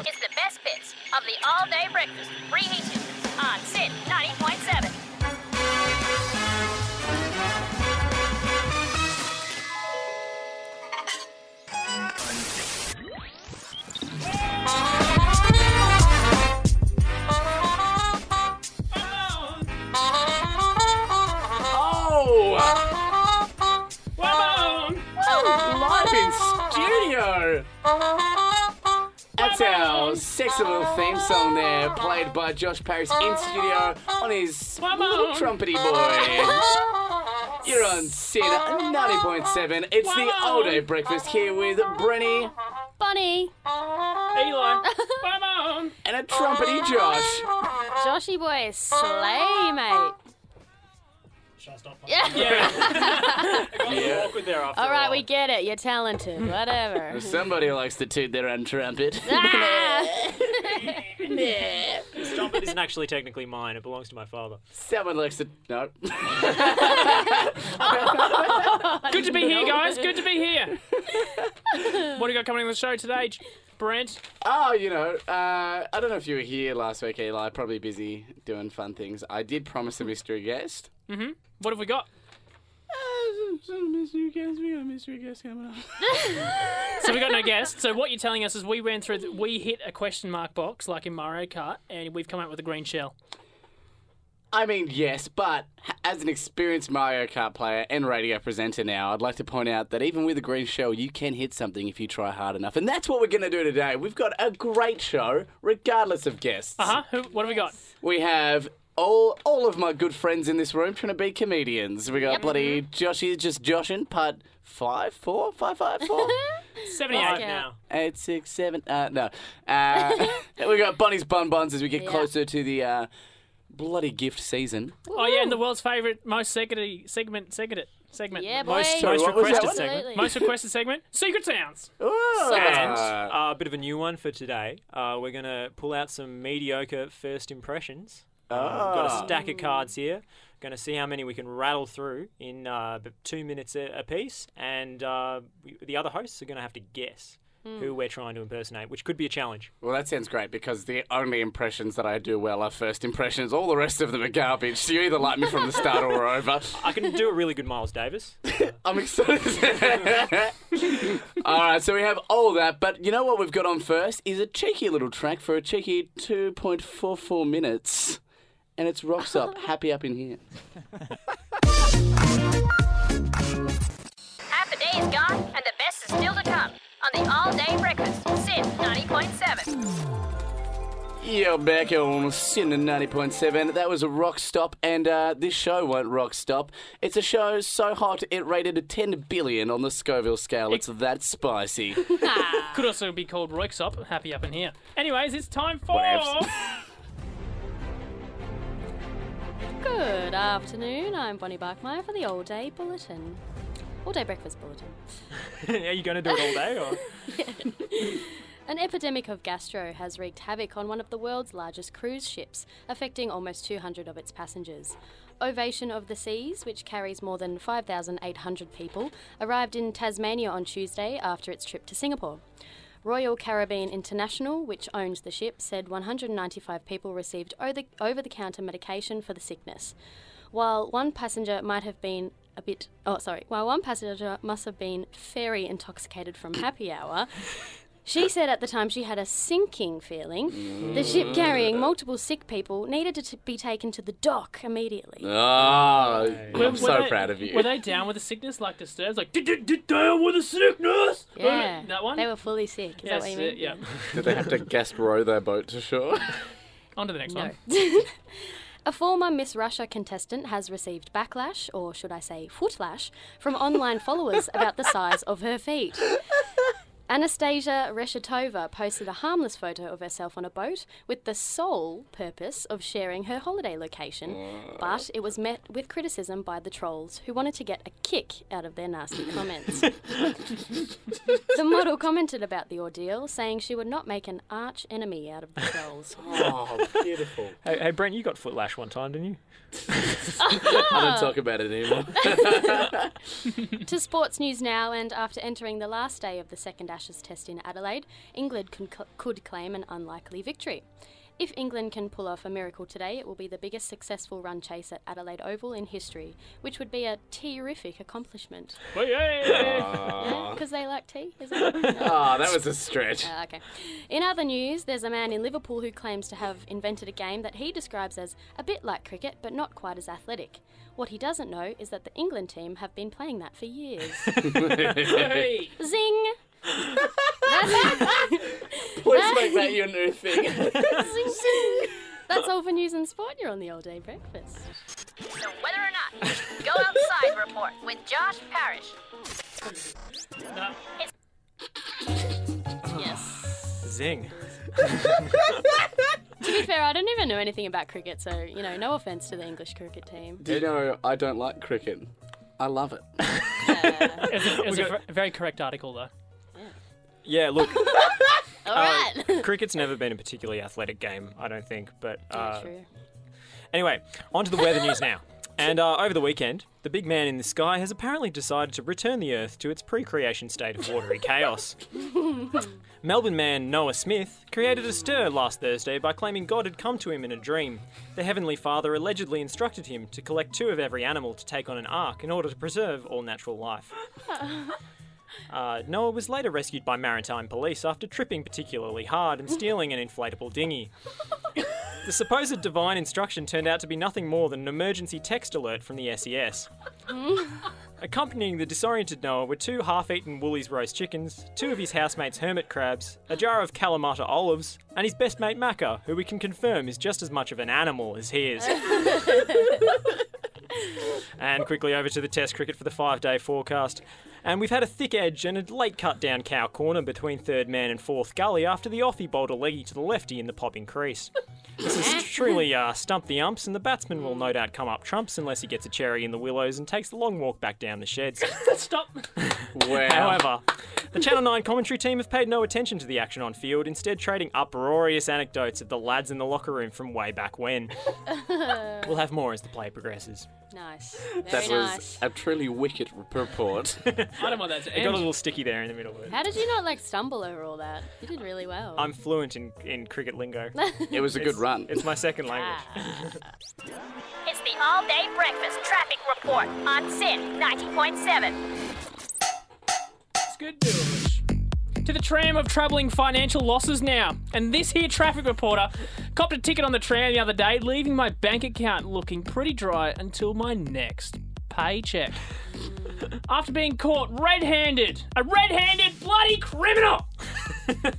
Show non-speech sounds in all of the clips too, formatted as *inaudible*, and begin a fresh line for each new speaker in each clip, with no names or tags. It's the best bits of the all day breakfast reheated on Sin 90.7.
Oh! We're on! Live in studio! That's our sexy little theme song there, played by Josh Paris in studio on his little trumpety boy. You're on Sid 90.7. It's the all day breakfast here with Brenny
Bunny,
Eli, come on!
and a trumpety Josh.
Joshy boy, is slay, mate.
Should I stop?
Yeah.
Yeah.
Awkward there after
All
a
right,
while.
we get it. You're
*laughs*
talented. Whatever.
Somebody likes to toot their own trumpet.
Ah!
This trumpet isn't actually technically mine. It belongs to my father.
Someone likes to. No.
*laughs* Good to be here, guys. Good to be here. *laughs* what do you got coming on the show today, J- Brent?
Oh, you know, uh, I don't know if you were here last week, Eli. Probably busy doing fun things. I did promise a mystery guest.
What have we got?
mystery guest. We got a mystery guest coming up.
So we got no guests. So what you're telling us is we ran through, the, we hit a question mark box like in Mario Kart, and we've come out with a green shell.
*laughs* I mean, yes, but as an experienced Mario Kart player and radio presenter now, I'd like to point out that even with a green shell, you can hit something if you try hard enough. And that's what we're going to do today. We've got a great show, regardless of guests.
Uh huh. Who, what have we got?
We have all all of my good friends in this room trying to be comedians. We got bloody Josh is just Joshin, part five, four, five, five, four,
Five
Seventy-eight.
now.
eight, six, seven. Uh, no, uh, *laughs* we got Bonnie's bonbons as we get closer to the uh, bloody gift season.
Oh yeah, and the world's favorite, most secondary segment, segment, segment.
yeah, boy.
Most,
Sorry,
most
what was that
requested
one?
segment.
Absolutely.
Most requested segment, secret sounds.
Ooh.
And
Uh,
uh, a bit of a new one for today. Uh, we're going to pull out some mediocre first impressions. Uh, we've
Ah.
got a stack of cards here. Going to see how many we can rattle through in uh, b- two minutes a, a piece. And uh, we, the other hosts are going to have to guess who we're trying to impersonate, which could be a challenge.
well, that sounds great because the only impressions that I do well are first impressions. All the rest of them are garbage. So you either like me from the start or we're over.
I can do a really good Miles *laughs* Davis.
I'm excited. *laughs* all right, so we have all that, but you know what we've got on first is a cheeky little track for a cheeky 2.44 minutes, and it's Rocks
*laughs*
Up, Happy Up in Here.
Half the day is gone, and the best is still to come on the all day breakfast. Sin 90.7.
You're back on Sin 90.7. That was a rock stop, and uh, this show won't rock stop. It's a show so hot it rated 10 billion on the Scoville scale. It's that
*laughs*
spicy.
Could also be called Roixop. Happy up in here. Anyways, it's time for.
Whatevs.
Good afternoon. I'm Bonnie Barkmeyer for the All Day Bulletin. All Day Breakfast Bulletin.
Are you going to do it all day? Or?
An epidemic of gastro has wreaked havoc on one of the world's largest cruise ships, affecting almost 200 of its passengers. Ovation of the Seas, which carries more than 5,800 people, arrived in Tasmania on Tuesday after its trip to Singapore. Royal Caribbean International, which owns the ship, said 195 people received over the counter medication for the sickness. While one passenger might have been a bit, oh, sorry, while one passenger must have been very intoxicated from happy hour, she said at the time she had a sinking feeling. The ship carrying multiple sick people needed to t- be taken to the dock immediately.
Ah,
Were-
I'm
were
so
they-
proud of you.
Were they down with the sickness like Disturbed? Like, did you get down with the sickness?
Yeah,
That one?
They were fully sick. Is that
Yes,
what you
uh,
mean?
yeah.
Did they have to guest row their boat to
*laughs*
shore?
On to the next
*laughs*
one.
A former Miss Russia contestant has received backlash, or should I say, footlash, from online followers about the size of her feet. Anastasia Reshetova posted a harmless photo of herself on a boat with the sole purpose of sharing her holiday location, but it was met with criticism by the trolls who wanted to get a kick out of their nasty comments. the model commented about the ordeal, saying she would not make an arch enemy out of the trolls.
oh, beautiful.
Hey, hey, Brent, you got footlash one time, didn't you?
I don't talk about it
*laughs*
anymore.
to sports news now, and after entering the last day of the second Ashes Test in Adelaide, England can, could claim an unlikely victory. If England can pull off a miracle today, it will be the biggest successful run chase at Adelaide Oval in history, which would be a terrific accomplishment.
Well,
Oh,
yeah.
Because they like tea, is it?
Ah, that was a stretch.
Uh, okay. In other news, there's a man in Liverpool who claims to have invented a game that he describes as a bit like cricket, but not quite as athletic. What he doesn't know is that the England team have been playing that for years.
Hey.
Zing! That's,
Please make that your new thing.
that's all for news and sport. You're on the all day breakfast.
The whether or not you should go outside *laughs* report with Josh Parrish.
Zing.
To be fair, I don't even know anything about cricket, so you know, no offense to the English cricket team.
*laughs* Do you know I don't like cricket? I love it.
It's a, it's a ver- very correct article, though.
Yeah, look,
*laughs*
uh,
All right. *laughs*
cricket's never been a particularly athletic game, I don't think. But uh,
True.
Anyway, on to the weather news now. And uh, over the weekend, the big man in the sky has apparently decided to return the Earth to its pre creation state of watery chaos. Melbourne man Noah Smith created a stir last Thursday by claiming God had come to him in a dream. The Heavenly Father allegedly instructed him to collect two of every animal to take on an ark in order to preserve all natural life. Uh, Noah was later rescued by maritime police after tripping particularly hard and stealing an inflatable dinghy. The supposed divine instruction turned out to be nothing more than an emergency text alert from the SES. Accompanying the disoriented Noah were two half eaten Woolies roast chickens, two of his housemates' hermit crabs, a jar of Kalamata olives, and his best mate Macca, who we can confirm is just as much of an animal as he is. and quickly over to the Test cricket for the five day forecast. And we've had a thick edge and a late cut down cow corner between third man and fourth gully after the offie bowled a leggy to the lefty in the popping crease. This has truly uh, stumped the umps, and the batsman will no doubt come up trumps unless he gets a cherry in the willows and takes the long walk back down the sheds.
Stop.
Wow.
However, the Channel 9 commentary team have paid no attention to the action on field, instead, trading uproarious anecdotes of the lads in the locker room from way back when. we'll have more as the play progresses.
Nice. Very
that was
nice.
a truly wicked *laughs* report.
I don't want that to
It got a
end.
little sticky there in the middle of it.
How did you not like stumble over all that? You did really well.
I'm fluent in, in cricket lingo.
it was a good run.
It's my second language.
It's the all day breakfast traffic report on Sin 90.7.
It's good news. To the tram of troubling financial losses now. And this here traffic reporter copped a ticket on the tram the other day, leaving my bank account looking pretty dry until my next paycheck. After being caught red handed, a red handed bloody criminal! and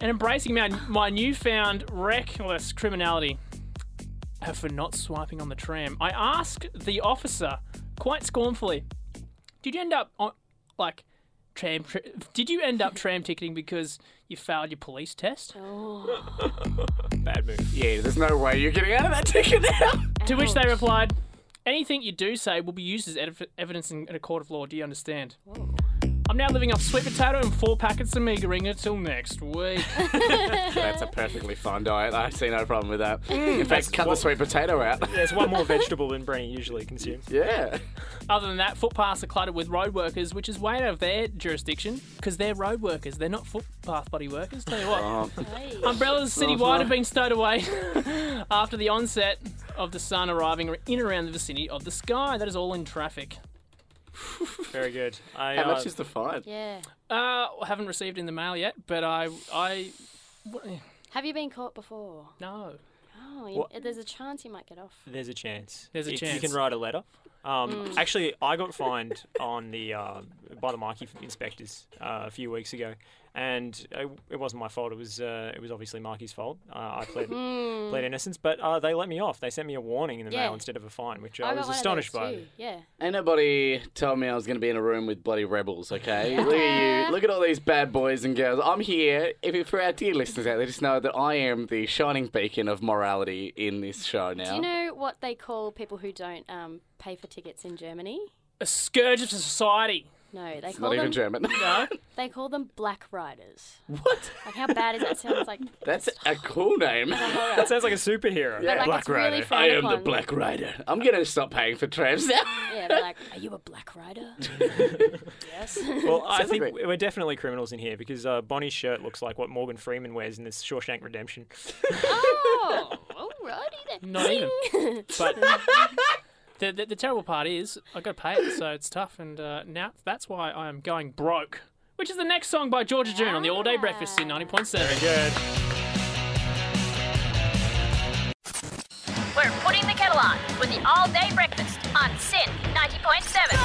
embracing my, my newfound reckless criminality uh, for not swiping on the tram, I asked the officer quite scornfully, Did you end up on, like, tram. Tri- did you end up tram ticketing because you failed your police test?
Oh,
*laughs* Bad move.
yeah, there's no way you're getting out of that ticket now.
*laughs*
To which they replied, "Anything you do say will be used as edif- evidence in, in a court of law. Do you understand?" I'm now living off sweet potato and four packets of meagering until next week.
That's a perfectly fine diet. I see no problem with that.
Mm.
In fact, cut the sweet potato out.
There's one more vegetable than Brenny usually consumes.
yeah.
Other than that, footpaths are cluttered with road workers, which is way out of their jurisdiction because they're road workers. They're not footpath body workers. Tell you what.
Hey.
Umbrellas citywide have been stowed away *laughs* after the onset of the sun arriving in around the vicinity of the sky. That is all in traffic.
Very good.
*laughs*
I,
How
uh,
much is the fine?
Yeah.
Uh, I haven't received in the mail yet, but I, I, what- eh,
Have you been caught before?
no.
Oh, you,
What?
there's a chance you might get off.
There's a chance.
There's a
If You
chance.
can write a letter. Um,
Mm.
Actually, I got fined on the uh, by the Markey inspectors uh, a few weeks ago, and it, it wasn't my fault. It was uh, it was obviously Markey's fault. Uh, I pled pled innocence, but uh, they let me off. They sent me a warning in the
Hmm. Yeah.
mail instead of a fine, which I,
I got
was
one of
astonished
those
by.
too, Yeah.
Ain't nobody tell me I was going to be in a room with bloody rebels,
*laughs*
okay? Look at you. Look at all these bad boys and girls. I'm here. If for our dear listeners out there, just know that I am the shining beacon of morality in this show now.
Do you know what they call people who don't um, pay for tickets in Germany?
A scourge of society.
No, they call
Not even
them
German.
*laughs*
No?
they call them black riders.
What?
Like how bad is that sound? It's like
*laughs* That's a cool
*laughs*
name.
That sounds like a superhero.
but, like,
Black
it's really
Rider.
frowned upon.
Rider. I'm gonna stop paying for trams now.
*laughs* Yeah, they're like, are you a black
*laughs*
rider? yes.
Well, I
Sounds
think
like
we- we're definitely criminals in here because uh, Bonnie's shirt looks like what Morgan Freeman wears in this Shawshank Redemption.
oh, alrighty then.
Not even.
Zing.
*laughs*
But the, the, the terrible part is I got to pay it, so it's tough. And uh, now that's why I am going broke. Which is the next song by Georgia June on the All
Ah.
Day Breakfast in 90.7.
Good.
We're putting the kettle on with the all day breakfast on Sin 90.7.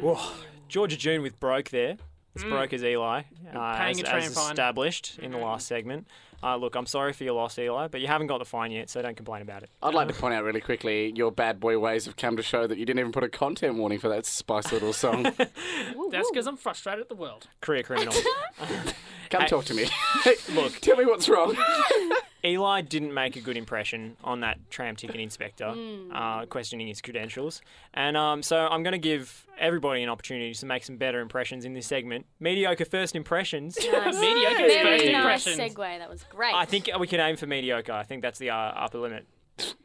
Whoa. Georgia June with broke there. It's broke as Eli, uh,
paying
as,
a tram
as
fine.
established in the last segment. Uh, look, I'm sorry for your loss, Eli, but you haven't got the fine yet, so don't complain about it.
I'd like to point out really quickly, your bad boy ways have come to show that you didn't even put a content warning for that spicy little
*laughs*
song.
Woo,
That's
woo.
because I'm frustrated at the world.
Career criminal.
Come talk to me. Look, *laughs* tell me what's
*laughs*
wrong.
Eli didn't make a good impression on that tram ticket inspector uh, questioning his credentials. And um, so I'm going to give everybody an opportunity to make some better impressions in this segment. Mediocre first impressions.
Nice.
Mediocre first
Very nice
impressions.
segue. That was great.
I think we can aim for mediocre. I think that's the uh, upper limit.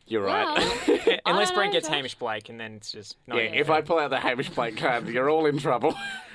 You're
Well,
right.
Unless
know,
Brent gets
Josh.
Hamish Blake, and then it's just not
Yeah,
even
if
fair.
I pull out the Hamish Blake card, *laughs* you're all in trouble.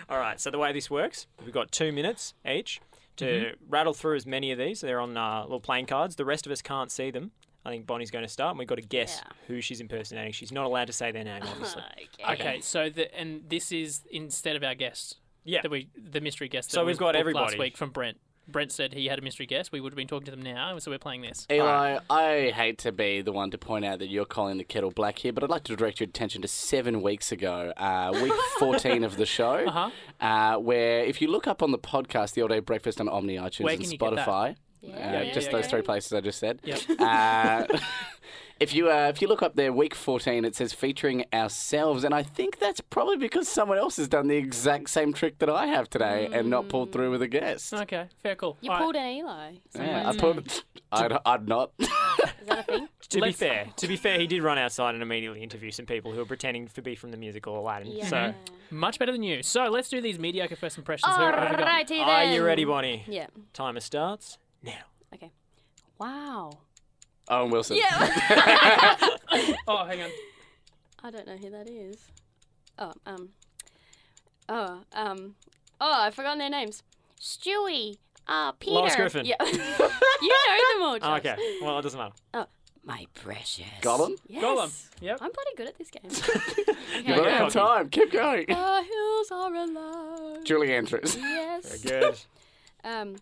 All right. So the way this works, we've got two minutes each to rattle through as many of these. They're on uh, little playing cards. The rest of us can't see them. I think Bonnie's going to start, and we've got to guess
Yeah.
who she's impersonating. She's not allowed to say their name,
*laughs*
obviously.
okay.
Okay, so the, and this is instead of our guest.
yeah.
that we the mystery guest. That
So we've
was
got
booked
everybody.
last week from Brent. Brent said he had a mystery guest. We would have been talking to them now, so we're playing this.
Eli, I hate to be the one to point out that you're calling the kettle black here, but I'd like to direct your attention to seven weeks ago, uh, *laughs* week 14 of the show, uh-huh. where if you look up on the podcast, The All Day Breakfast on Omni, iTunes,
Where
and
can you get that?
Spotify,
Yeah,
uh,
yeah,
just
yeah,
those
yeah.
three places I just said.
Yep.
Uh, *laughs* if you uh, if you look up there, week 14, it says featuring ourselves, and I think that's probably because someone else has done the exact same trick that I have today and not pulled through with a guest.
Okay, fair call.
You
All right.
pulled an Eli.
Yeah, I pulled. I'd, I'd not. *laughs*
Is that a thing?
to be
Let's-
fair, to be fair, he did run outside and immediately interview some people who were pretending to be from the musical Aladdin.
Yeah. Mm-hmm.
So,
much better than you. So let's do these mediocre first impressions. Who- who have we got?
Alrighty then.
are you ready, Bonnie?
Yeah.
Timer starts now.
Okay. Wow.
Owen Wilson.
Oh, hang on.
*laughs* I don't know who that is. Oh, um. Oh, um. Oh, I've forgotten their names. Stewie. Uh, Peter.
Lawrence Griffin.
Yeah. *laughs* you know them all,
Oh,
Josh.
okay. Well, it doesn't matter.
Oh, my precious.
Gollum?
Yes.
Gollum.
*laughs*
Yep.
I'm bloody good at this game.
You're
okay.
running out of time. Keep going.
The hills are alive.
Julie Andrews.
Yes.
Good.
Um.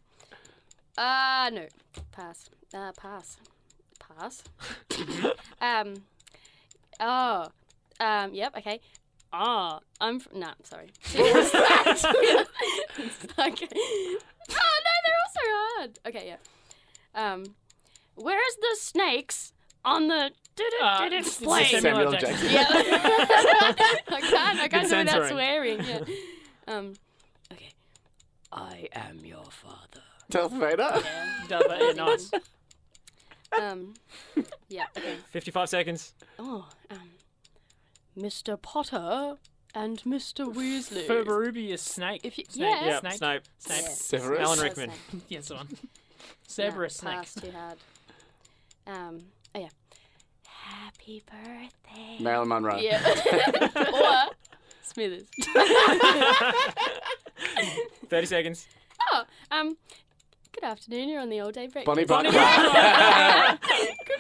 Uh no. Pass. Uh pass. *laughs* Pass. um. Oh. Um. Yep. Okay. Ah. I'm. Fr- nah. Sorry. what *laughs* was that? okay. Oh no, they're all so hard. Okay. Yeah. Um. Where's the snakes on the? Did it?
Uh,
Did it
it's the
plane?
same-
*laughs* Samuel
Samuel
L.
Jackson.
Jackson.
Yeah. *laughs* I can't. I can't do it without
censoring.
swearing.
*laughs*
Yeah. Um. Okay. I am your father.
Darth Vader.
Does that- yeah, nice.
Ah.
Um. Yeah. Okay.
55 seconds.
Oh. Um. Mr. Potter and Mr. Weasley.
Ferberubius snake.
If you-
snake.
yeah.
Yeah,
Snake.
Snape.
Snape.
Yeah.
Severus.
Alan
Sorry,
Rickman.
snake.
Yes,
*laughs*
the one.
No,
Cerberus
pass,
snake.
Too hard. Um. Oh yeah. Happy birthday.
Marilyn
Uh.
Monroe.
*laughs*
Yeah. *laughs* or Smithers.
30 seconds.
Oh. Um. Good afternoon. You're on the all day break.
Bonnie
Good
Buck.
*laughs*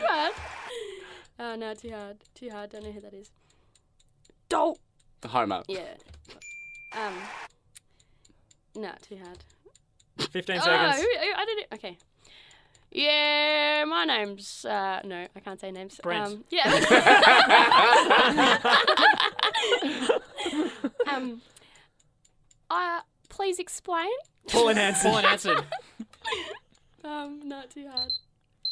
one. Oh no, too hard. Too hard. Don't know who that is. Dolt.
Homer.
Yeah. Um. No, too hard.
15
*laughs* Oh,
seconds.
who- who- I don't. know- Okay. Yeah, my name's uh, no, I can't say names.
Brent.
Um, yeah. um. Uh, please explain.
Paul and Hanson.
Paul
*laughs*
and Hanson.
Um, not too hard.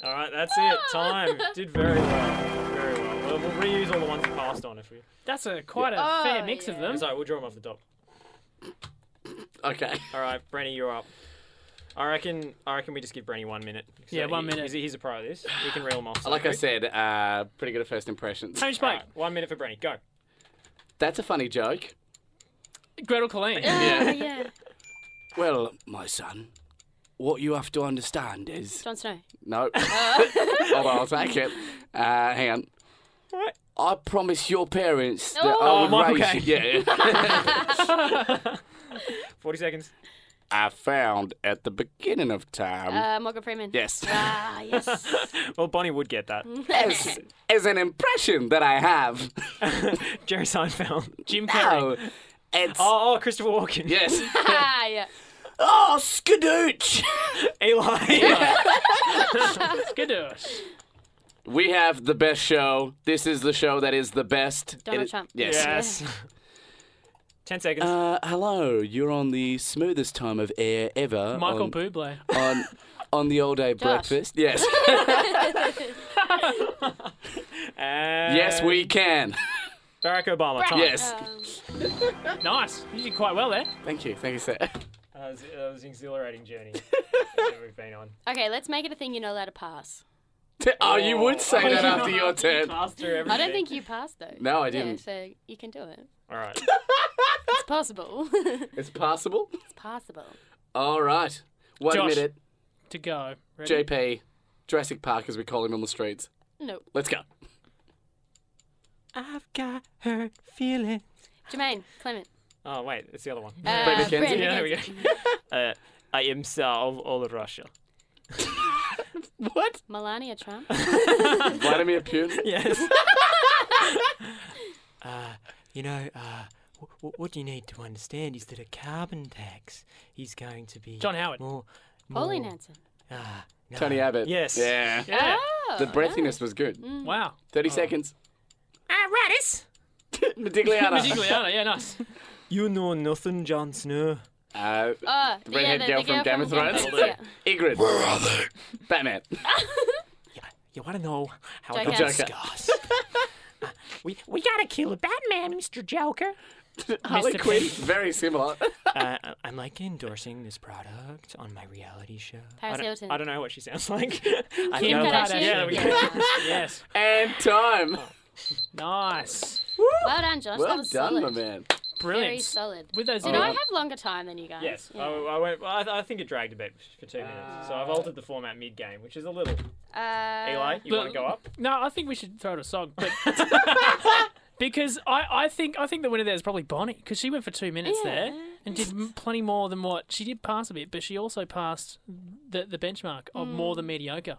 All right, that's
Ah.
it.
*laughs*
Time did very well. Very well. We'll, we'll reuse all the ones that passed on if we.
That's a quite a
Oh,
fair mix of
yeah.
them.
Sorry, we'll draw them off the top.
Okay.
All right, Brenny, you're up. I reckon. I reckon we just give Brenny one minute. So
Yeah, one
he-
minute.
He's, he's a pro at this. He can reel them off. so
Like I
quick.
said, uh, pretty good at first impressions.
Hamish
All
Blake.
right, one minute for Brenny. Go.
That's a funny joke.
Gretel
*laughs*
Colleen.
Oh, Yeah.
Well, my son, what you have to understand is.
Jon Snow.
*laughs* No. Hold on, I'll take it. Uh, hang on.
What?
I promise your parents that
Oh.
I
Oh,
would
Michael
raise you. *laughs* Yeah.
40 seconds.
I found at the beginning of time.
Uh, Morgan Freeman. *laughs*
yes.
Ah, yes.
Well, Bonnie would get that.
Mm.
as, as an impression that I have.
*laughs* Jerry Seinfeld.
*laughs*
Jim Carrey.
No. It's.
Oh, oh, Christopher Walken.
Yes. *laughs*
ah, yeah.
oh, skadooch!
*laughs* Eli.
Skadoosh.
*laughs* We have the best show. This is the show that is the best.
Donald
It is-
Trump.
Yes.
Yes. *laughs* 10 seconds.
Uh, hello. You're on the smoothest time of air ever.
Michael
on,
Bublé.
on on the all day
Josh.
breakfast.
*laughs*
Yes. *laughs*
And
yes, we can.
Uh, Barack Obama. Time.
Yes.
Um,
Nice. You did quite well there.
Thank you. Thank you, sir.
That was, that was an exhilarating journey that we've been on.
okay, let's make it a thing you're not allowed to pass.
*laughs* Oh, you would say that after your
*laughs*
turn.
Master
I
everything.
don't
*laughs*
think you passed, though.
No, I
Yeah,
didn't.
so you can do it.
All right.
It's possible. *laughs* it's
It's possible.
possible.
All right. Wait
Josh.
a minute.
To go. Ready?
JP, Jurassic Park, as we call him on the streets.
Nope.
Let's go.
I've got hurt feeling.
Jermaine, Clement.
Oh, wait. It's the other *laughs* one.
Uh,
Brett McKenzie.
Brett
Yeah, there we
McKenzie.
go. uh, I am Tsar of all of Russia.
What?
*laughs* Melania
*laughs*
Trump.
Vladimir Putin.
*laughs* Yes. uh, you know, uh, w- w- what you need to understand is that a carbon tax is going to be
John Howard.
More,
Pauline
more-
Hanson.
ah, no.
Tony Abbott.
Yes.
Yeah. Mm.
Yeah.
Oh,
The breathiness was good.
Wow.
30 seconds. Ah,
Alrightis.
*laughs*
*laughs*
Medigliana.
Gigliano, yeah,
*laughs*
nice.
You know nothing, Jon Snow.
Uh,
Oh,
the redhead girl from Game of Thrones.
Yeah.
*laughs* Ingrid. Where are they? *laughs* Batman.
You, you want to know how I
Joker.
got
Joker.
scars? Uh, we we gotta kill a Batman, Mr. Joker.
*laughs* Harley
Mr.
Quinn. Very similar.
Uh, I- I'm like endorsing this product on my reality show. I
Paris
don't,
Hilton.
I don't know what she sounds *laughs* like. I
Kim
know-
Kardashian.
Yeah, there we go.
*laughs* Yeah.
yes.
and time.
Nice.
Well done, Josh. that
Well done,
was
my
solid.
man.
Brilliant.
Very solid.
With those
Did
little-
I have longer time than you guys?
Yes,
Yeah.
I, I went. I, I think it dragged a bit for two minutes, so
Ah.
I've altered the format mid-game, which is a little.
Uh,
Eli, you
but-
want to go up?
No, I think we should throw it a song, but *laughs* because I, I think I think the winner there is probably Bonnie because she went for two minutes there and did m- plenty more than what she did pass a bit, but she also passed the the benchmark of more than mediocre.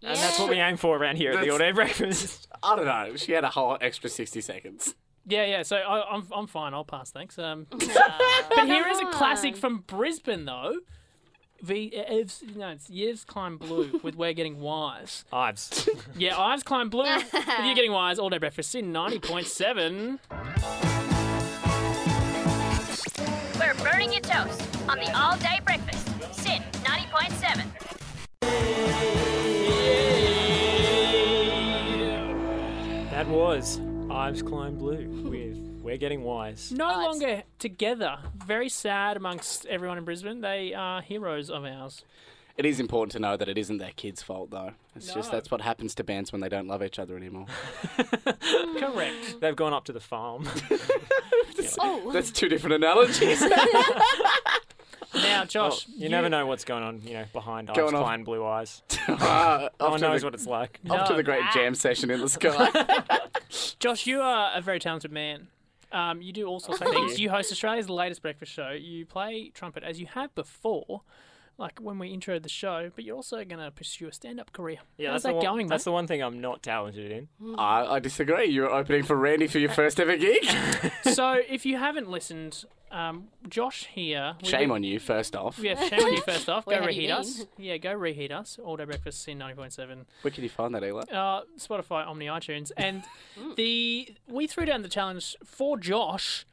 Yeah.
And that's what we aim for around here at the
That's-
All Day Breakfast.
I don't know. She had a whole extra 60 seconds.
Yeah, yeah. So I, I'm I'm fine. I'll pass. Thanks. Um, but here is a classic from Brisbane though. V Evs, no, it's Yev's Climb Blue with We're Getting Wise. *laughs*
Ives.
Yeah, Ives Climb Blue with You're Getting Wise. All day breakfast in ninety point seven.
We're burning your toast on the all day breakfast. Sin 90.7.
that was Ives Climb Blue with We're Getting Wise.
no
Lives.
longer together. Very sad amongst everyone in Brisbane. They are heroes of ours.
*laughs* It is important to know that it isn't their kids' fault, though. It's just
No.
that's what happens to bands when they don't love each other anymore.
Correct.
They've gone up to the farm.
*laughs*
Oh,
That's two different *laughs* analogies.
Now, Josh,
*laughs* you, never know what's going on, you know, behind Ives
Oh. Going off.
Climb Blue Eyes.
Ah,
No
off,
one
to
knows
the,
what it's like. Oh,
off to the great jam session in the
*laughs*
sky.
Josh, you are a very talented man. Um, you do all sorts of things. You host Australia's latest breakfast show. You play trumpet as you have before, like when we introed the show. But you're also going to pursue a stand-up career.
Yeah,
How's
that's the
that
one,
going,
That's
mate?
the one thing I'm not talented in.
I, I disagree. You're opening for Randy for your first ever gig.
so, if you haven't listened, um, Josh here. we
Shame on you, first off.
*laughs*
Yeah, shame on you. First off,
Where
go
had you
reheat
been?
us. Yeah, go reheat us. All day breakfast in ninety point seven.
Where can you find that, Eli?
uh, Spotify, Omni, iTunes,
*laughs*
and the we threw down the challenge for Josh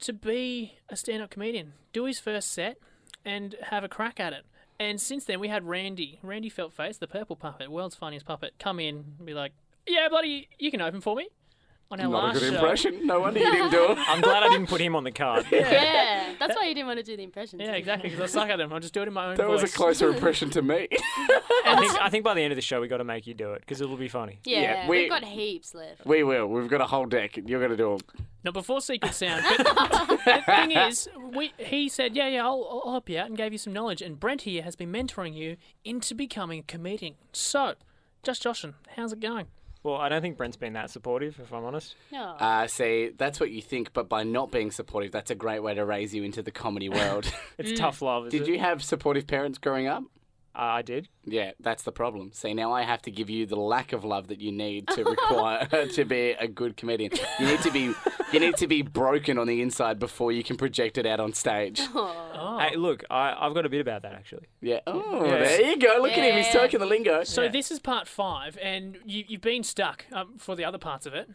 to be a stand-up comedian, do his first set, and have a crack at it. And since then, we had Randy, Randy Feltface, the purple puppet, world's funniest puppet, come in and be like, "Yeah, buddy, you can open for me." on our
Not a
last
good
show.
impression. No wonder you didn't
*laughs*
do it.
I'm glad I didn't put him on the card.
Yeah, that's why you didn't want to do the impressions.
Yeah, exactly. Because I suck at them. I'll just do it in my own
That
voice.
was a closer impression to
*laughs*
me.
I think I think by the end of the show we got to make you do it because it'll be funny.
Yeah,
Yeah,
we,
we-
have got heaps left.
we will. We've got a whole deck, and you're going to do them.
Now, before Secret Sound, but the thing is, we, he said, yeah, yeah, I'll, I'll- I'll help you out and gave you some knowledge. And Brent here has been mentoring you into becoming a comedian. So, just Joshin, how's it going?
Well, I don't think Brent's been that supportive, if I'm honest.
No.
Uh, see, that's what you think, but by not being supportive, that's a great way to raise you into the comedy *laughs* world.
It's tough love. Is
Did
it?
you have supportive parents growing up?
Uh, I did.
Yeah, that's the problem. See, now I have to give you the lack of love that you need to require to be a good comedian. You need to be you need to be broken on the inside before you can project it out on stage.
Oh.
Hey, look, I, I've got a bit about that actually.
Yeah. Oh, there you go. Look at him. He's
Yeah.
talking the lingo.
So, this is part five, and you, you've been stuck um, for the other parts of it.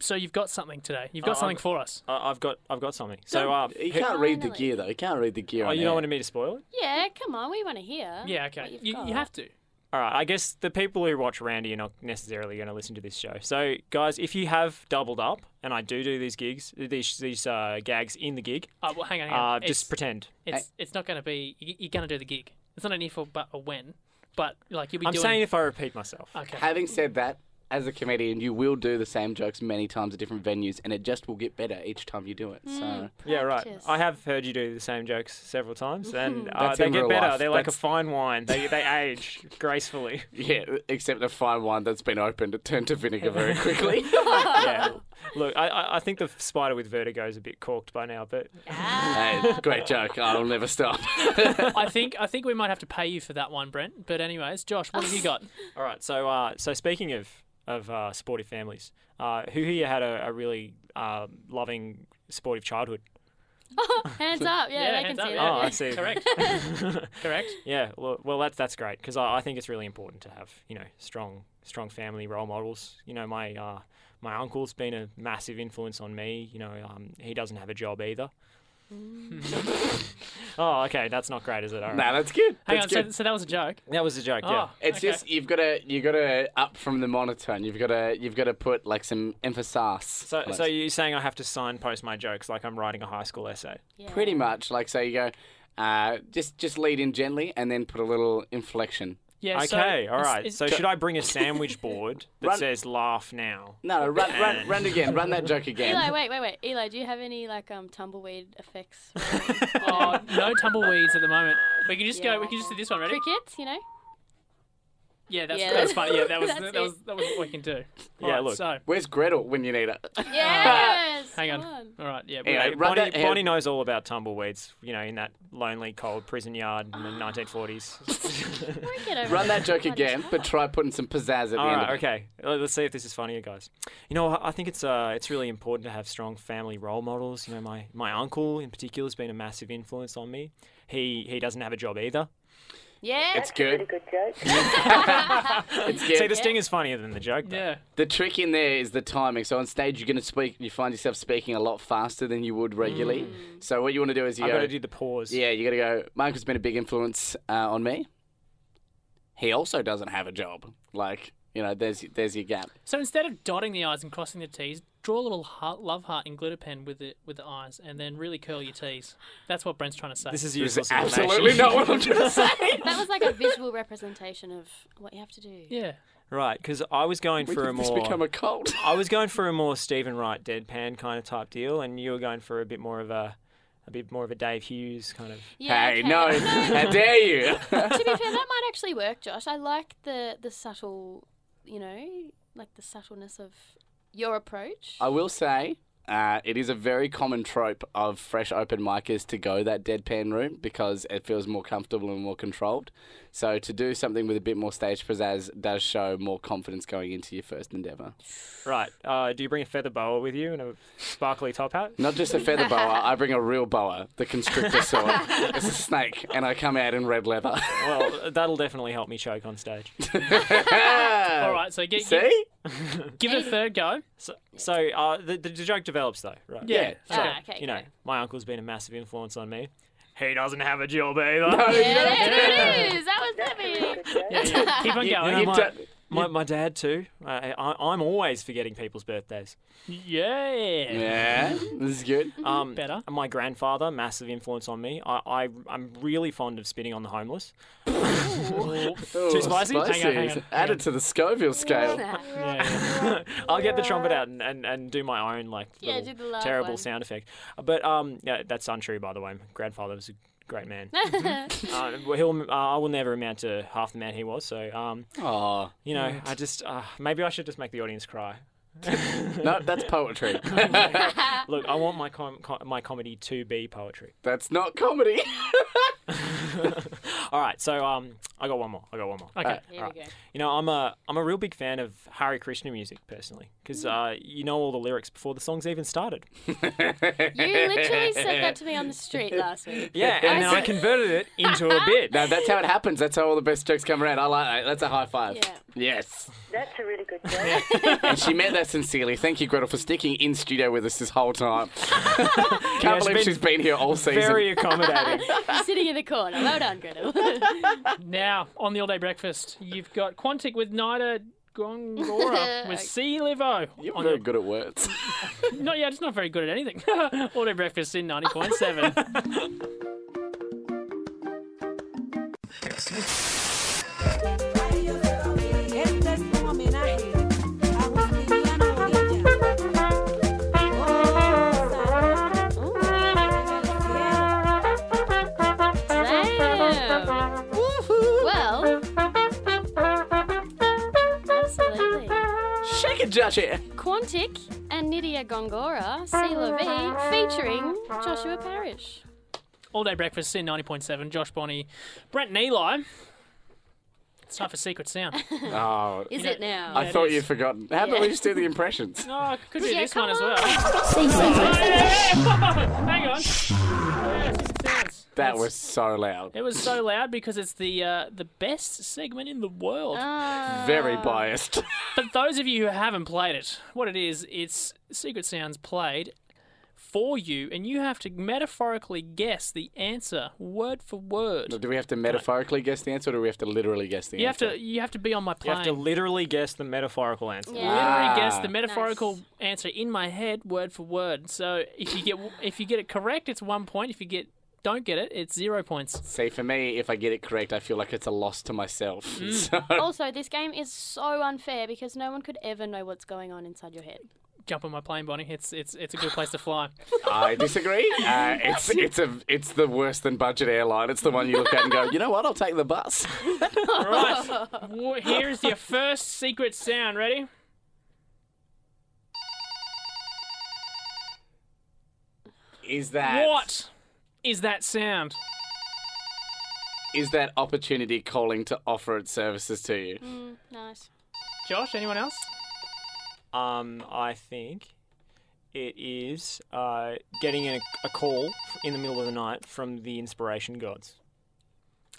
So, you've got something today. You've got
I've-
something for us.
I, I've got I've got something. So, uh,
he
who-
can't read the
Finally.
gear though. He can't read the gear.
oh,
on
you
air.
don't wanted me to spoil it.
yeah, come on, we want to hear.
Yeah,
what
okay.
you've
You,
got.
you have to.
All right. I guess the people who watch Randy are not necessarily going to listen to this show. So, guys, if you have doubled up, and I do do these gigs, these these uh, gags in the gig,
Oh, well, hang on, hang on.
uh, just
It's-
pretend.
It's it's not going to be. you- You're going to do the gig. It's not an if or but or when, but like you'll be
I'm
doing.
saying if I repeat myself.
okay.
Having said that, as a comedian, you will do the same jokes many times at different venues, and it just will get better each time you do it. So
Yeah, right.
Practice.
I have heard you do the same jokes several times, and uh,
That's
they
in
get
real
better.
life.
They're like a
That's-
fine wine. They they age *laughs* gracefully.
yeah, except a fine wine that's been opened, it turned to vinegar very quickly.
yeah. Look, I- I I think the spider with vertigo is a bit corked by now, but
*laughs* hey, great joke. I'll never stop. *laughs*
I think I think we might have to pay you for that one, Brent. But anyways, Josh, what have you got?
all right. So uh, so speaking of of uh, sportive families, uh, who here had a, a really uh, loving sportive childhood?
Hands up. *laughs* Yeah, they can
hands
see
up,
that.
yeah,
Oh, I
yeah.
see.
Correct.
*laughs*
Correct.
Yeah. Well, well that's that's great because I, I think it's really important to have you know strong strong family role models. You know, my uh, my uncle's been a massive influence on me. You know, um, he doesn't have a job either. *laughs* oh, okay. That's not great, is it? All right.
nah, that's good.
Hang
that's
on.
good.
So, so that was a joke.
That was a joke. Yeah.
Oh,
It's
okay.
just you've got to you have got to up from the monotone. You've got to you've got to put like some emphasis.
So,
on
so
it.
you're saying I have to signpost my jokes like I'm writing a high school essay?
Yeah.
pretty much like so you go, uh, just just lead in gently and then put a little inflection.
yeah. so
okay, all
it's-
right.
it's-
so should I bring
*laughs*
a sandwich board that
Run-
says "Laugh now"?
No, no, run run run again. Run that joke again.
Eli, wait, wait, wait. Eli, do you have any like um tumbleweed effects?
*laughs* oh, no tumbleweeds at the moment. We can just
Yeah.
go. We can just do this one. Ready? *laughs*
Crickets, you know?
Yeah. That's that
Yeah,
was
that's-
funny. Yeah. That was
*laughs* that's
that
it.
was that was what we can do. All
Yeah,
right,
look.
So
Where's Gretel when you need her?
Yes.
hang on.
come on.
All right. Yeah.
Yeah,
we're-
run
Bonnie,
that-
Bonnie knows all about tumbleweeds. You know, in that lonely, cold prison yard in the
Ah. *laughs*
1940s.
Don't get over
Run that joke
Bloody
again, but try putting some pizzazz at the
all
end.
right,
of it.
okay. Let- Let's see if this is funnier, guys. You know, I I think it's uh, it's really important to have strong family role models. You know, my my uncle in particular has been a massive influence on me. He he doesn't have a job either.
Yeah.
It's good.
Good joke.
*laughs* It's
See,
good.
the sting is funnier than the joke. Though.
Yeah.
The trick in there is the timing. So on stage, you're going to speak. You find yourself speaking a lot faster than you would regularly. So what you want to do is you
I
go.
Mm. gotta do the pause.
Yeah, you got to go. Michael's been a big influence uh, on me. He also doesn't have a job. Like you know, there's there's your gap.
So instead of dotting the i's and crossing the t's, draw a little heart, love heart in glitter pen with the with the i's, and then really curl your t's. That's what Brent's trying to say.
This is
This is
useless. information.
absolutely not what I'm trying to say.
That was like a visual representation of what you have to do.
yeah.
*laughs* Right, because I was going for a
*laughs* Did this
more.
become a cult?
I was going for a more Stephen Wright deadpan kind of type deal, and you were going for a bit more of a, a bit more of a Dave Hughes kind of.
Yeah,
hey,
okay.
no,
*laughs*
how dare you? *laughs*
to be fair, that might actually work, Josh. I like the the subtle, you know, like the subtleness of your approach.
I will say. Uh, it is a very common trope of fresh open micers to go that deadpan route because it feels more comfortable and more controlled. So to do something with a bit more stage pizzazz does show more confidence going into your first endeavour.
Right. Uh, do you bring a feather boa with you and a sparkly top hat?
Not just a feather boa, I bring a real boa, the
*laughs*
constrictor sword. It's a snake, and I come out in red leather. *laughs*
Well, that'll definitely help me choke on stage.
All right. So get, get
See?
give it a third go.
So, so uh, the, the joke develops though, right?
Yeah.
Ah,
Sure.
okay.
You know,
okay.
my uncle's been a massive influence on me. He doesn't have *laughs* a job either.
Yeah, there it is. That was perfect.
Yeah, yeah. Keep on
You,
going. *laughs*
have
my-
done,
My, my dad too. I, I, I'm always forgetting people's birthdays.
Yeah.
Yeah, this is good.
Mm,
Um,
Better.
My grandfather, massive influence on me. I, I I'm really fond of spitting on the homeless. *laughs*
Ooh,
spicy?
hang on,
Hang on,
spicy.
hang
Added to the Scoville scale.
Yeah, yeah.
I'll get the trumpet out and, and, and do my own like
Yeah,
little
do the laugh
terrible
one.
sound effect. But um, yeah, that's untrue by the way. My grandfather was a
*laughs*
great man. uh, he'll uh, I will never amount to half the man he was. So um,
Aw.
you know, I just uh, maybe I should just make the audience cry.
No, that's poetry. *laughs*
Uh,
Look, I want my com- co- my comedy to be poetry.
that's not comedy.
*laughs* All right, so um, I got one more. I got one more.
Okay.
Here we go.
You know, I'm a I'm a real big fan of Hare Krishna music personally,
Mm.
because uh, you know all the lyrics before the song's even started.
You literally said that to me on the street
*laughs*
last week.
Yeah,
*laughs*
and then I
see.
converted it into a
*laughs*
bit.
no, that's how it happens. That's how all the best jokes come around. I like that. That's a high five.
Yeah.
Yes.
That's a really good joke.
*laughs*
And she meant that sincerely. Thank you, Gretel, for sticking in studio with us this whole
*laughs*
time. Can't
Yeah, it's
believe
been
she's been here all season.
Very *laughs*
*laughs*
accommodating.
You're sitting in the corner. Well done, Gretel. *laughs*
Now, on the all day breakfast, you've got Quantic with Nida Gongora with C Livo.
You're
on
very
your-
good at
*laughs*
words.
Not yeah, just not very good at anything. *laughs* all day breakfast in 90.7.
Este es un homenaje a Justiniano Orilla. Hoy vamos
Damn. Well. Absolutely.
Shake it, Josh.
Quantic and Nydia Gongora, C. La V, featuring Joshua Parrish.
all day breakfast in 90.7. Josh Bonney, Brent and Eli. It's time for Secret Sound.
Oh,
Is it now?
I
it
thought
is.
you'd forgotten. How about we just do the
*laughs*
impressions?
Oh, I could do
Yeah,
this one
come
as
on.
well. *laughs* Hang on. Yeah, Secret Sounds.
That was so loud.
*laughs* It was so loud because it's the uh, the best segment in the world. Uh,
Very biased.
*laughs*
*laughs*
But those of you who haven't played it, what it is, it's Secret Sounds played for you, and you have to metaphorically guess the answer word for word.
Do we have to metaphorically guess the answer, or do we have to literally guess the
You have
answer?
to you have to be on my
You
plane.
have to literally guess the metaphorical answer.
*laughs*
Yeah.
literally guess the
Ah.
metaphorical answer in my head, word for word. So if you get if you get it correct, it's one point. If you get don't get it, it's zero points.
Say for me, if I get it correct, I feel like it's a loss to myself. *laughs*
Mm.
So,
Also, this game is so unfair because no one could ever know what's going on inside your head.
Jump on my plane, Bonnie. It's it's it's a good place to fly.
I
*laughs*
disagree. Uh, it's it's a it's the worse than budget airline. It's the one you look at and go, you know what? I'll take the
*laughs*
bus.
right. W- Here's your first secret sound. Ready?
Is that
What is that sound?
Is that opportunity calling to offer its services to you?
Mm.
Nice.
Josh, anyone else?
Um, I think it is uh, getting a, a call in the middle of the night from the inspiration gods.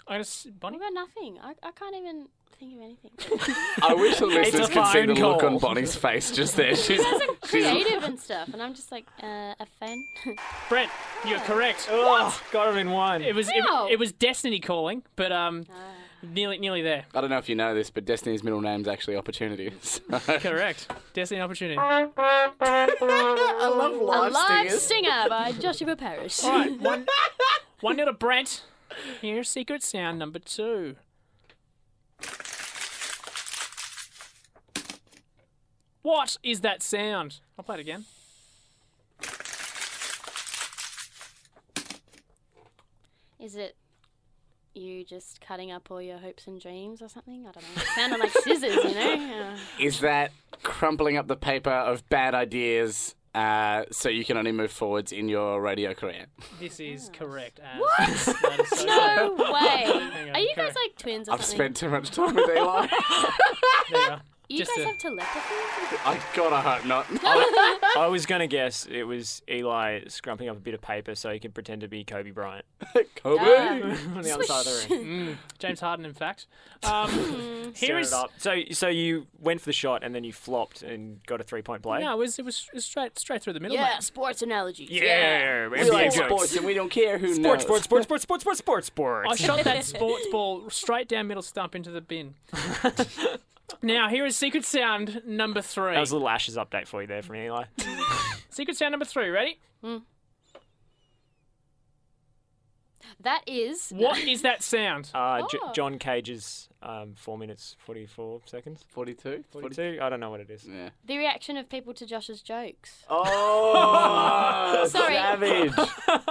I just
What
Bonnie.
about nothing? I, I can't even think
*laughs*
of anything.
I
*laughs*
wish the listeners
a
could see
phone
the look
call.
on Bonnie's face just there. She's
Creative and stuff, and I'm just like, uh, a fan?
Brent, you're correct.
Oh, *laughs* got him in one.
It was it,
Wow.
it was Destiny calling, but um, nearly nearly there.
I don't know if you know this, but Destiny's middle name's actually opportunity. *laughs* So.
Correct. Destiny opportunity.
I love
a
live
live
stingers.
singer by
*laughs*
Joshua Parrish.
All right, one one nil to Brent. Here's secret sound number two. What is that sound? I'll play it again.
Is it you just cutting up all your hopes and dreams or something? I don't know. It sounded like scissors, you
*laughs*
know? Uh,
Is that crumpling up the paper of bad ideas uh, so you can only move forwards in your radio career?
This is correct. As what? That is so correct.
*laughs* No way.
on,
Are you guys
okay.
like twins or
I've
something?
spent too much time with Eli. *laughs*
There you are.
you
just
guys
a-
have telepathy?
I God, I hope *laughs* not.
I was gonna guess it was Eli scrumping up a bit of paper so he could pretend to be Kobe Bryant
Kobe.
*laughs* on the other side of the ring.
James Harden, in fact.
Hmm.
Um, here
Stirring
is
it up. So, so you went for the shot and then you flopped and got a three-point play.
no, it was, it was it was straight straight through the middle.
Yeah,
mate.
sports analogies.
Yeah,
We
NBA
like
jokes.
sports and we don't care who
Sports,
knows.
sports, sports, sports, sports, sports, sports,
I
*laughs* sports.
shot
*laughs*
that sports ball straight down middle stump into the bin. Now, here is secret sound number three.
That was a little Ashes update for you there from Eli.
secret sound number three, ready?
That is
What is
*laughs*
that sound?
Uh, J-
Oh.
John Cage's um, four minutes forty-four seconds.
42?
42? I don't know what
*laughs*
it is.
Yeah.
the reaction of people to Josh's jokes.
*laughs* Oh,
Sorry.
savage.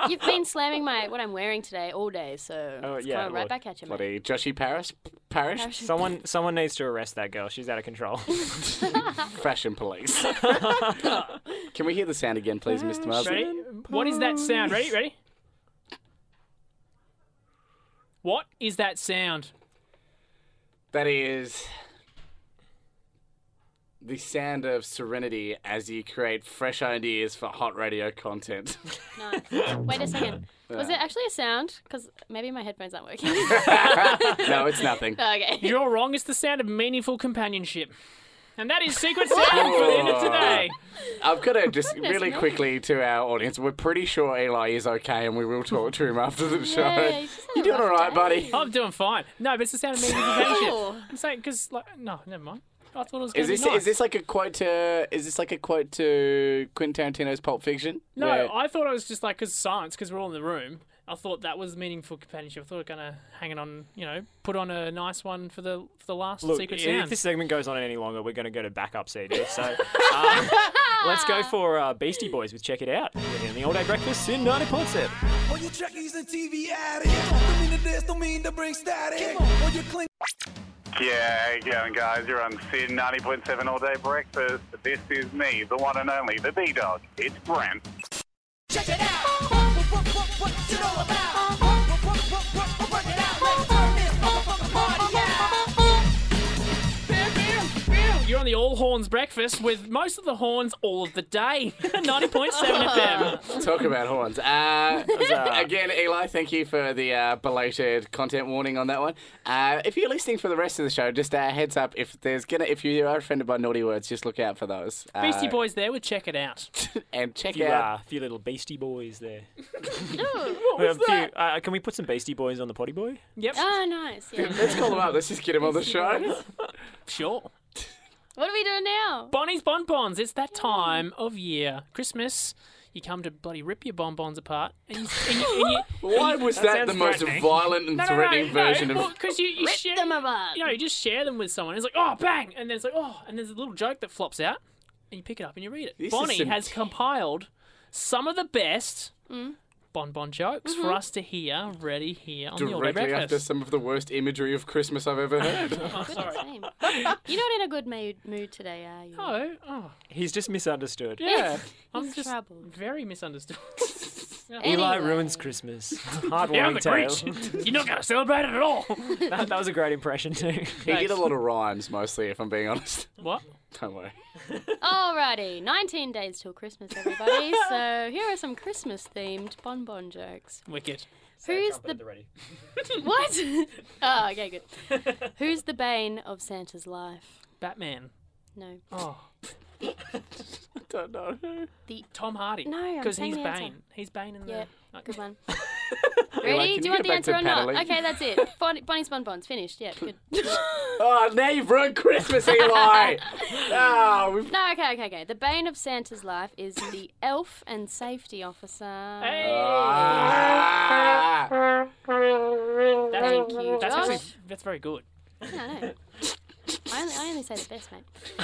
You've been slamming my what I'm wearing today all day, so
Oh,
it's
yeah,
coming right
look,
back at you,
*laughs*
mate.
Bloody Joshy Paris, *laughs* Parish,
Parachute.
Someone, someone needs to arrest that girl. She's out of *laughs* control.
fashion *laughs* police. Can we hear the sound again, please, Mr. Mars?
Ready? What is that sound? Ready? Ready? What is that sound?
That is the sound of serenity as you create fresh ideas for hot radio
*laughs*
content.
Nice. Wait
*laughs*
a second. Was it actually a sound? Because maybe my headphones aren't
*laughs*
working. *laughs*
no, it's nothing.
okay.
You're wrong. It's the sound of meaningful companionship. And that
*laughs*
is secret sound for the end of today.
I've got to just
Goodness
really
me.
quickly to our audience. We're pretty sure Eli is okay, and we will talk to him after the show.
Yeah, he's just had
you
a
doing all
rough
right, buddy?
day.
I'm doing fine. No, but it's the sound of meaningful companionship.
Oh.
I'm saying because like no, never mind. I thought it was.
Is
gonna
this
be nice.
is this like a quote to is this like a quote to Quentin Tarantino's Pulp Fiction?
No,
Where-
I thought I was just like because science, because we're all in the room. I thought that was meaningful companionship. I thought we we're gonna hang it on, you know, put on a nice one for the for the last
Look,
secret
if
sound.
this segment goes on any longer, we're going to go to backup CD. *laughs* So um, let's go for uh, Beastie Boys with Check It Out in the All Day Breakfast in 90.7.
All you trackies and TV addicts. Don't mean to this, don't mean to bring static. All you cling.
Yeah, how you going, guys? You're on Sin 90.7 All Day Breakfast. This is me, the one and only, the B Dog. It's Brent.
Check it out. What, what, what, what's it all about? What, what, what, what, what, work it out. Let's turn this motherfucker party out.
You're on the All Horns Breakfast with most of the horns all of the day. *laughs* 90.7
*laughs*
FM.
Talk about horns. Uh, again, Eli, thank you for the uh, belated content warning on that one. Uh, if you're listening for the rest of the show, just uh, heads up if there's gonna if you are offended by naughty words, just look out for those. Uh,
Beastie Boys there would check it out.
and check
Few,
out.
uh, few little Beastie Boys there. *laughs*
Ooh.
We have a few- uh, can we put some Beastie Boys on the potty boy?
Yep,
Oh, nice. Yeah.
*laughs*
Let's call them up. Let's just get them on the show.
sure.
What are we doing now?
Bonnie's Bonbons. It's that time of year. Christmas. You come to bloody rip your bonbons apart. And you, and you, and you,
Why was that,
sounds
the most
threatening.
violent and threatening version of?
Because you, you
Rip
share
them apart.
You know, you just share them with someone. It's like, oh, bang, and then it's like, oh, and there's a little joke that flops out, and you pick it up and you read it.
This is
Bonnie
some
has
tea.
compiled some of the best
Mm.
bonbon jokes for
Mm-hmm.
us to hear, ready here on the All Day
Directly after
Breakfast.
some of the worst imagery of Christmas I've ever heard.
Goodness me. You're not in a good mood, mood today, are you?
Oh,
*laughs*
oh,
He's just misunderstood.
yeah. I'm
He's
just
troubled.
very misunderstood. *laughs*
Eli
Anyway.
ruins Christmas. *laughs*
Yeah, I'm
Heartwarming
the
tale.
*laughs*
Grinch. You're not going to celebrate it at all.
*laughs* that, that was a great impression too.
he did a lot of rhymes, mostly, if I'm being *laughs* honest.
what?
Don't worry.
Alrighty, 19 days till Christmas, everybody.
*laughs*
so here are some Christmas-themed bonbon jokes.
Wicked.
Who's the what? *laughs* oh, okay, good.
*laughs*
Who's the bane of Santa's life?
Batman.
No,
Oh.
Don't know who.
Tom Hardy.
No, I'm
because
saying
he's
the answer.
Bane. He's Bane in
Yep.
the. uh, *laughs*
good one.
Eli,
Ready?
can
Do
you
you want
get
the
back to
answer or not?
paddling?
Okay, that's it.
*laughs*
Bon- Bonnie's bonbons finished. Yeah,
*laughs*
good.
Oh, now you've ruined Christmas, *laughs* Eli. oh, we've
no, okay, okay, okay. The bane of Santa's life is the elf and safety officer.
Ah.
That's,
Thank you,
That's,
Josh.
actually, that's very good.
No,
*laughs*
no. I only, I only say the best, mate.
*laughs*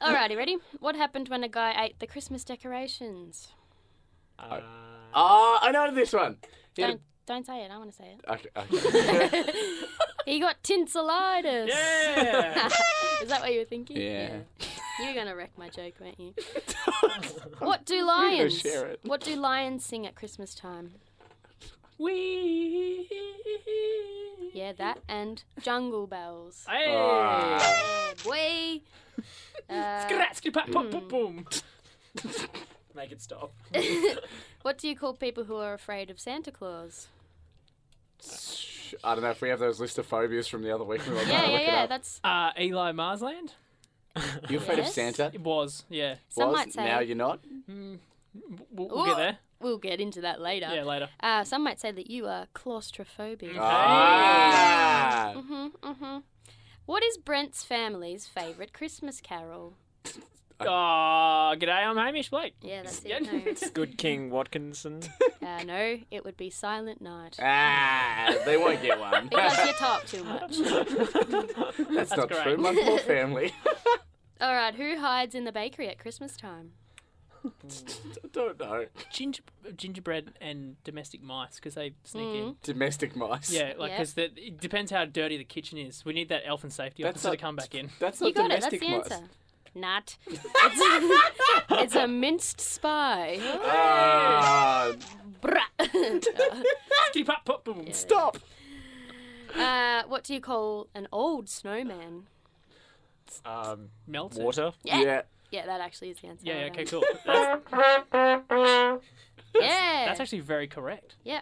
Alrighty, ready? What happened when a guy ate the Christmas decorations?
Oh, I know this one. He had
Don't, don't say it. I want to say it.
a- okay,
*laughs*
okay.
He got tinselitis.
Yeah.
Is that what you were thinking?
yeah.
You were going to wreck my joke,
*laughs*
weren't you? what do lions?
share it.
What do lions sing at Christmas time?
we.
Yeah, that and jungle bells.
Hey.
Yeah,
*laughs*
boy. Uh,
Scrat, skip, pop, pop, pop, boom.
Make it stop.
what do you call people who are afraid of Santa Claus?
*laughs* I don't know if we have those list of phobias from the other week. We won't
Yeah,
look
yeah,
it
yeah.
up.
That's
Uh, Eli Marsland?
You're afraid of
Yes.
Santa?
It was, yeah.
some
Was,
might say.
Now you're
*laughs*
not.
We'll, we'll get
Ooh.
there.
We'll get into that later.
Yeah, later.
Uh, some
Mm-hmm.
Ah.
might say that you are claustrophobic.
Ah.
Mm-hmm, mm-hmm. What is Brent's family's favourite Christmas carol?
Ah, g'day, I'm Hamish Blake.
Yeah, that's
Yeah.
it. No.
Good King Watkinson.
Uh, no, it would be
*laughs*
Silent Night.
Ah, they won't get
*laughs*
one.
Because you talk too much.
That's, not
great.
true. My
*laughs*
poor family. *laughs*
All right, who hides in the bakery at Christmas time?
I don't know.
*laughs* Ginger, gingerbread and domestic mice because they sneak
Mm-hmm.
in.
Domestic mice.
Yeah, like
Yeah.
because it depends how dirty the kitchen is. We need that elf and safety
That's
officer
not-
to come back in.
That's not
You got it. That's
domestic
the
mice.
answer.
*laughs*
Not. It's, *laughs* it's a minced spy.
Ah,
Bruh. *laughs*
Skitty pop pop boom.
stop.
uh, what do you call an old snowman?
Um,
Melt it.
water.
Yeah. *laughs*
Yeah.
Yeah, that actually is the answer.
Yeah,
Well
okay,
done.
cool. That's,
Yeah.
that's actually very correct.
*laughs*
yeah.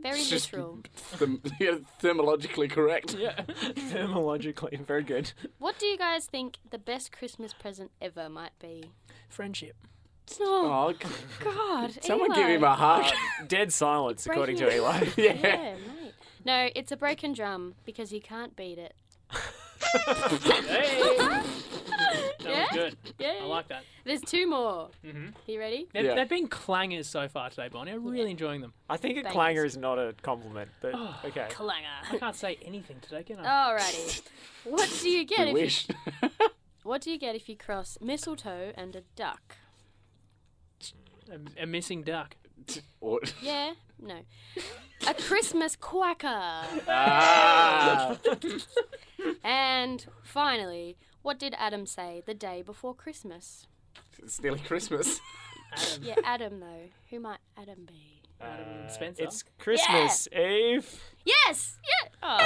Very
just-
literal.
Them- *laughs* yeah, thermologically correct.
Yeah.
Thermologically, very good.
What do you guys think the best Christmas present ever might be?
Friendship.
Oh,
Oh, g-
God.
someone
Eli.
give him a
*laughs*
hug. *laughs*
Dead silence, according to
Breaking-
Eli.
yeah.
Yeah, mate. No, it's a broken drum because you can't beat it.
*laughs* Hey. that was good.
Yeah.
I like that.
There's two more. Mm-hmm. You ready?
They've,
Yeah.
they've been clangers so far today, Bonnie. I'm really enjoying them.
I think a
Thanks.
clanger is not a compliment, but okay.
I can't say anything today, can
Uh,
I?
Alrighty. What do you get
We
if
wish.
you What do you get if you cross mistletoe and a duck?
A, a missing duck.
Or-
Yeah, no. A Christmas quacker.
ah.
And finally, what did Adam say the day before Christmas?
It's nearly Christmas.
Adam,
Yeah, Adam though. Who might Adam be?
Uh,
Adam and Spencer.
It's Christmas Eve.
Yes. Yeah. Oh.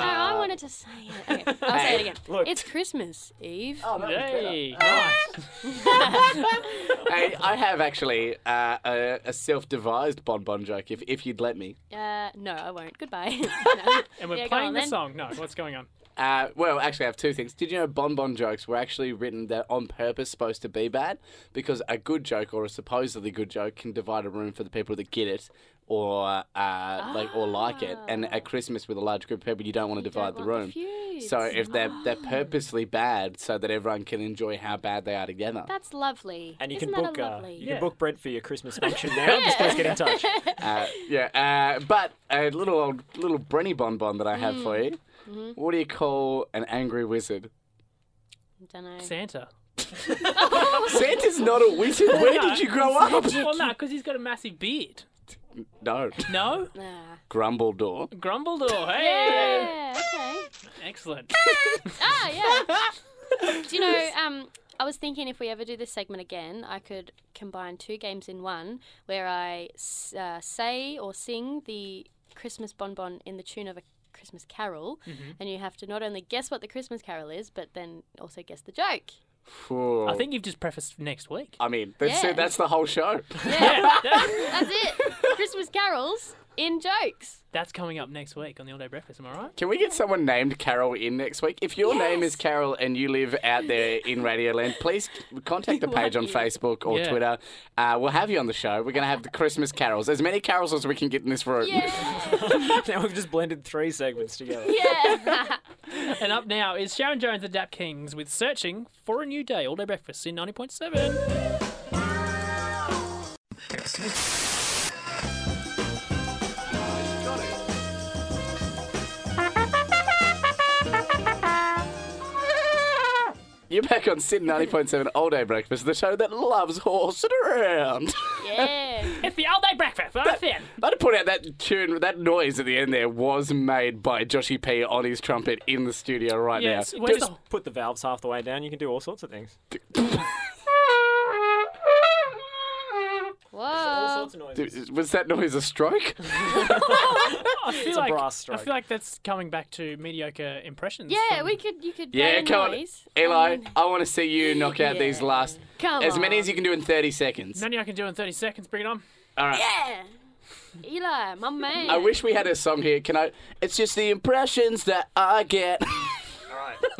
No, I wanted to say it. Okay, I'll say it again.
look.
It's Christmas Eve.
Oh,
Hey,
Uh,
nice.
Hey, I have actually uh, a, a self-devised bonbon joke, if if you'd let me.
*laughs* Uh, no, I won't. Goodbye. *laughs* No.
And we're
Yeah, go
playing
on
the
then.
song. No, what's going
*laughs*
on?
Uh, well, actually, I have two things. Did you know bonbon jokes were actually written that on purpose supposed to be bad? Because a good joke or a supposedly good joke can divide a room for the people that get it or uh, like or like it. And at Christmas with a large group of people, you don't want to divide the
Don't want
room.
feuds.
so if they're they're purposely bad, so that everyone can enjoy how bad they are together.
That's lovely.
And you
Isn't
can
that
book
a
uh,
lovely?
you
Yeah.
can book Brent for your Christmas function now. Just please get in touch. *laughs*
Uh, yeah, uh, but a little old little Brenny bonbon that I have for you. What do you call an angry wizard?
Don't know.
Santa.
Santa's not a wizard. Where did you grow up?
Well, no, because he's got a massive beard.
No.
No?
Grumbledore.
Grumbledore. Hey.
*laughs* Yeah. Okay.
Excellent.
Ah,
*laughs*
yeah. do you know? Um, I was thinking if we ever do this segment again, I could combine two games in one, where I s- uh, say or sing the Christmas bonbon in the tune of a Christmas carol,
Mm-hmm.
and you have to not only guess what the Christmas carol is, but then also guess the joke.
Phew.
I think you've just prefaced next week.
I mean, that's
Yeah.
it. That's the whole show.
Yeah. That's
*laughs*
it. Christmas carols in jokes.
That's coming up next week on the All Day Breakfast, am I right?
Can we get someone named Carol in next week? If your name is Carol and you live out there in Radioland, please contact the page on Facebook or
Yeah.
Twitter. Uh, we'll have you on the show. We're going to have the Christmas carols, as many carols as we can get in this room.
Yeah.
now we've just blended three segments together.
*laughs* yeah.
And up now is Sharon Jones and Dap Kings with Searching for a New Day, All Day Breakfast in 90.7.
*laughs* You're back on Sid 90.7 All Day Breakfast, the show that loves horsing around. *laughs*
yeah.
It's the All Day Breakfast, that's it.
I'd have put out that tune, that noise at the end there was made by Joshy P on his trumpet in the studio right
Yes,
now.
where's
Just-
the...
Put the valves half the way down. You can do all sorts of things. *laughs* All
Whoa.
sorts of noises.
Dude, *laughs* Was that noise a stroke?
I feel
a
like,
brass
I
stroke.
feel like that's coming back to mediocre impressions.
Yeah,
from-
we could. You could.
Yeah,
play
come
noise.
on. Eli,
Um,
I want to see you knock out these
yeah.
last.
Come
as many
on.
as you can do in 30 seconds.
None of you I can do in 30 seconds, bring it on.
All right.
Yeah. Eli, my man.
I wish we had a song here. Can I? It's just the impressions that I get. *laughs*
All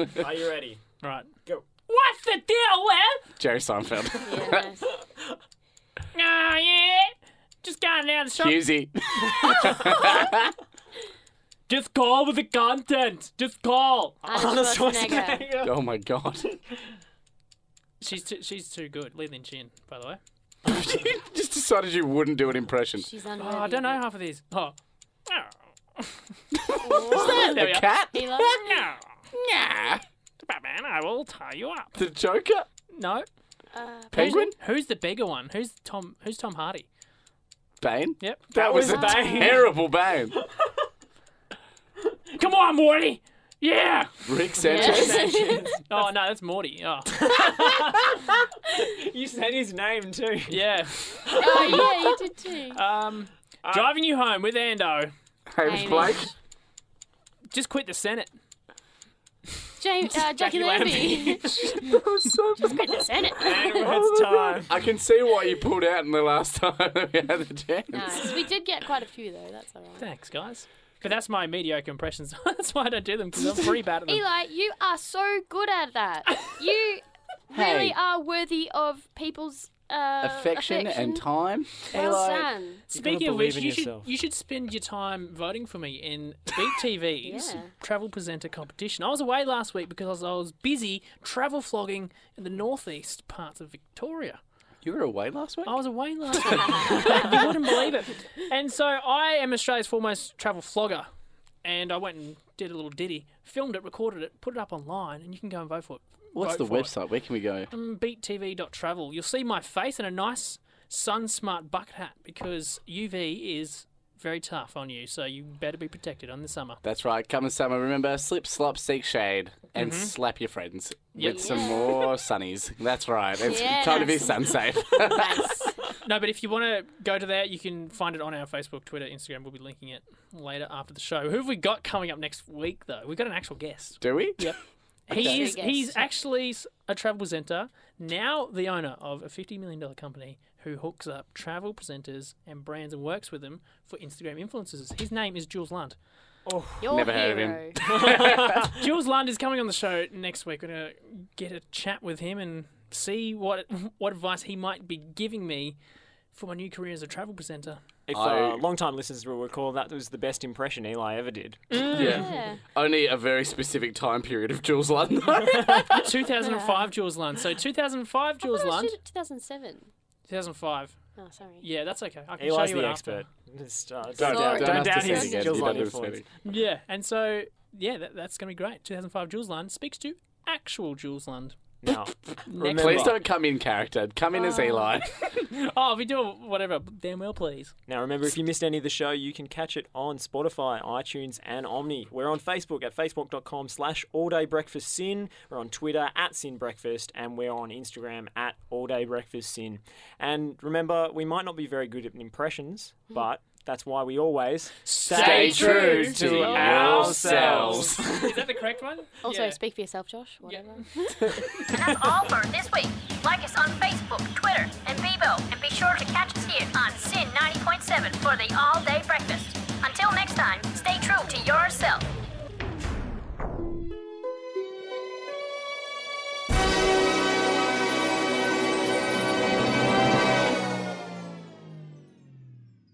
right. Are you ready?
Right.
Go.
What's the deal with?
Jerry Seinfeld.
Yeah, nice.
Oh, yeah. Just going down the shop.
Husey.
Just call with the content. Just call.
Arnold Schwarzenegger.
Oh my god. *laughs*
She's too, she's too good. Leland Chin, by the way.
you just decided you wouldn't do an impression.
*laughs* She's unworthy.
Oh, I don't know half of these. Oh. There we
a
are.
cat?
He loves it.
No,
Nah.
Batman, I will tie you up.
The Joker?
No.
Penguin?
Who's the bigger one? Who's Tom? Who's Tom Hardy?
Bane?
Yep.
That was a
was Bane.
terrible Bane.
Come on, Morty.
*laughs*
Yeah.
Rick Sanchez?
Oh no, that's Morty. Oh.
You said his name *laughs* too.
Yeah.
*laughs* Oh, yeah, you did *laughs* too.
Um, driving you home with Ando.
Hamish
Hamish.
Blake? *laughs*
Just quit the Senate.
James, uh, Jackie Lambie. *laughs* Quit the Senate.
*laughs*
*laughs*
It's time.
I can see why you pulled out in the last *laughs* time that we had the chance.
Nice. We did get quite a few though. That's alright.
Thanks, guys. But that's my mediocre impressions. *laughs* that's why I don't do them because I'm pretty bad at them.
Eli, you are so good at that.
*laughs*
You really
Hey.
are worthy of people's uh,
Affection, and time.
Well done.
Speaking of
believe
which,
in
you should,
yourself.
you should spend your time voting for me in
*laughs*
Beat TV's
Yeah.
travel presenter competition. I was away last week because I was, I was busy travel flogging in the northeast parts of Victoria.
You were away last week?
I was away last week. you wouldn't believe it. And so I am Australia's foremost travel flogger. And I went and did a little ditty, filmed it, recorded it, put it up online, and you can go and vote for it. Mm,
What's
vote
the
for it.
website? Where can we go?
beattv.travel, you'll see my face and a nice sun smart bucket hat because UV is very tough on you, so you better be protected on the summer.
That's right. Come in summer. Remember, slip, slop, seek shade, and slap your friends with some more sunnies. That's right. It's
Yeah,
time to be
nice.
sun safe.
Nice.
No, but if you want to go to that, you can find it on our Facebook, Twitter, Instagram. We'll be linking it later after the show. Who have we got coming up next week, though? We've got an actual guest.
*laughs* Do we?
Yep. He is,
Two guests.
he's actually s- a travel presenter, now the owner of a $50 million company who hooks up travel presenters and brands and works with them for Instagram influencers. His name is Jules Lund.
Your
Never
hero.
heard of him.
Jules Lund is coming on the show next week. We're gonna get a chat with him and see what what advice he might be giving me for my new career as a travel presenter.
If
I-
uh, long-time listeners will recall, that was the best impression Eli ever did.
Yeah.
Only a very specific time period of Jules London.
2005 Jules Lund. So 2005 Jules
What was
Lund.
it, 2007.
2005
Oh, sorry.
Yeah, that's okay. I can
Eli's
show you
the
it
expert.
after.
Just, uh,
Don't doubt-
don't
don't
doubt
ask us
his
again.
Jules
You
Lund
don't
influence.
Yeah, and so yeah, that, that's gonna be great. 2005 Jules Lund speaks to actual Jules Lund.
Now, remember,
Please don't come in character. Come in as Eli.
*laughs* Oh, we do whatever. Damn well, please.
Now, remember, if you missed any of the show, you can catch it on Spotify, iTunes, and Omni. We're on Facebook at facebook.com slash all day breakfast sin. We're on Twitter at sin breakfast, and we're on Instagram at all day breakfast sin. And remember, we might not be very good at impressions, but that's why we always
Stay true to ourselves.
Is that the correct one?
Also,
Yeah.
speak for yourself, Josh. Whatever.
And that's all for this week. Like us on Facebook, Twitter, and Bebo, and be sure to catch us here on Sin 90.7 for the all-day breakfast.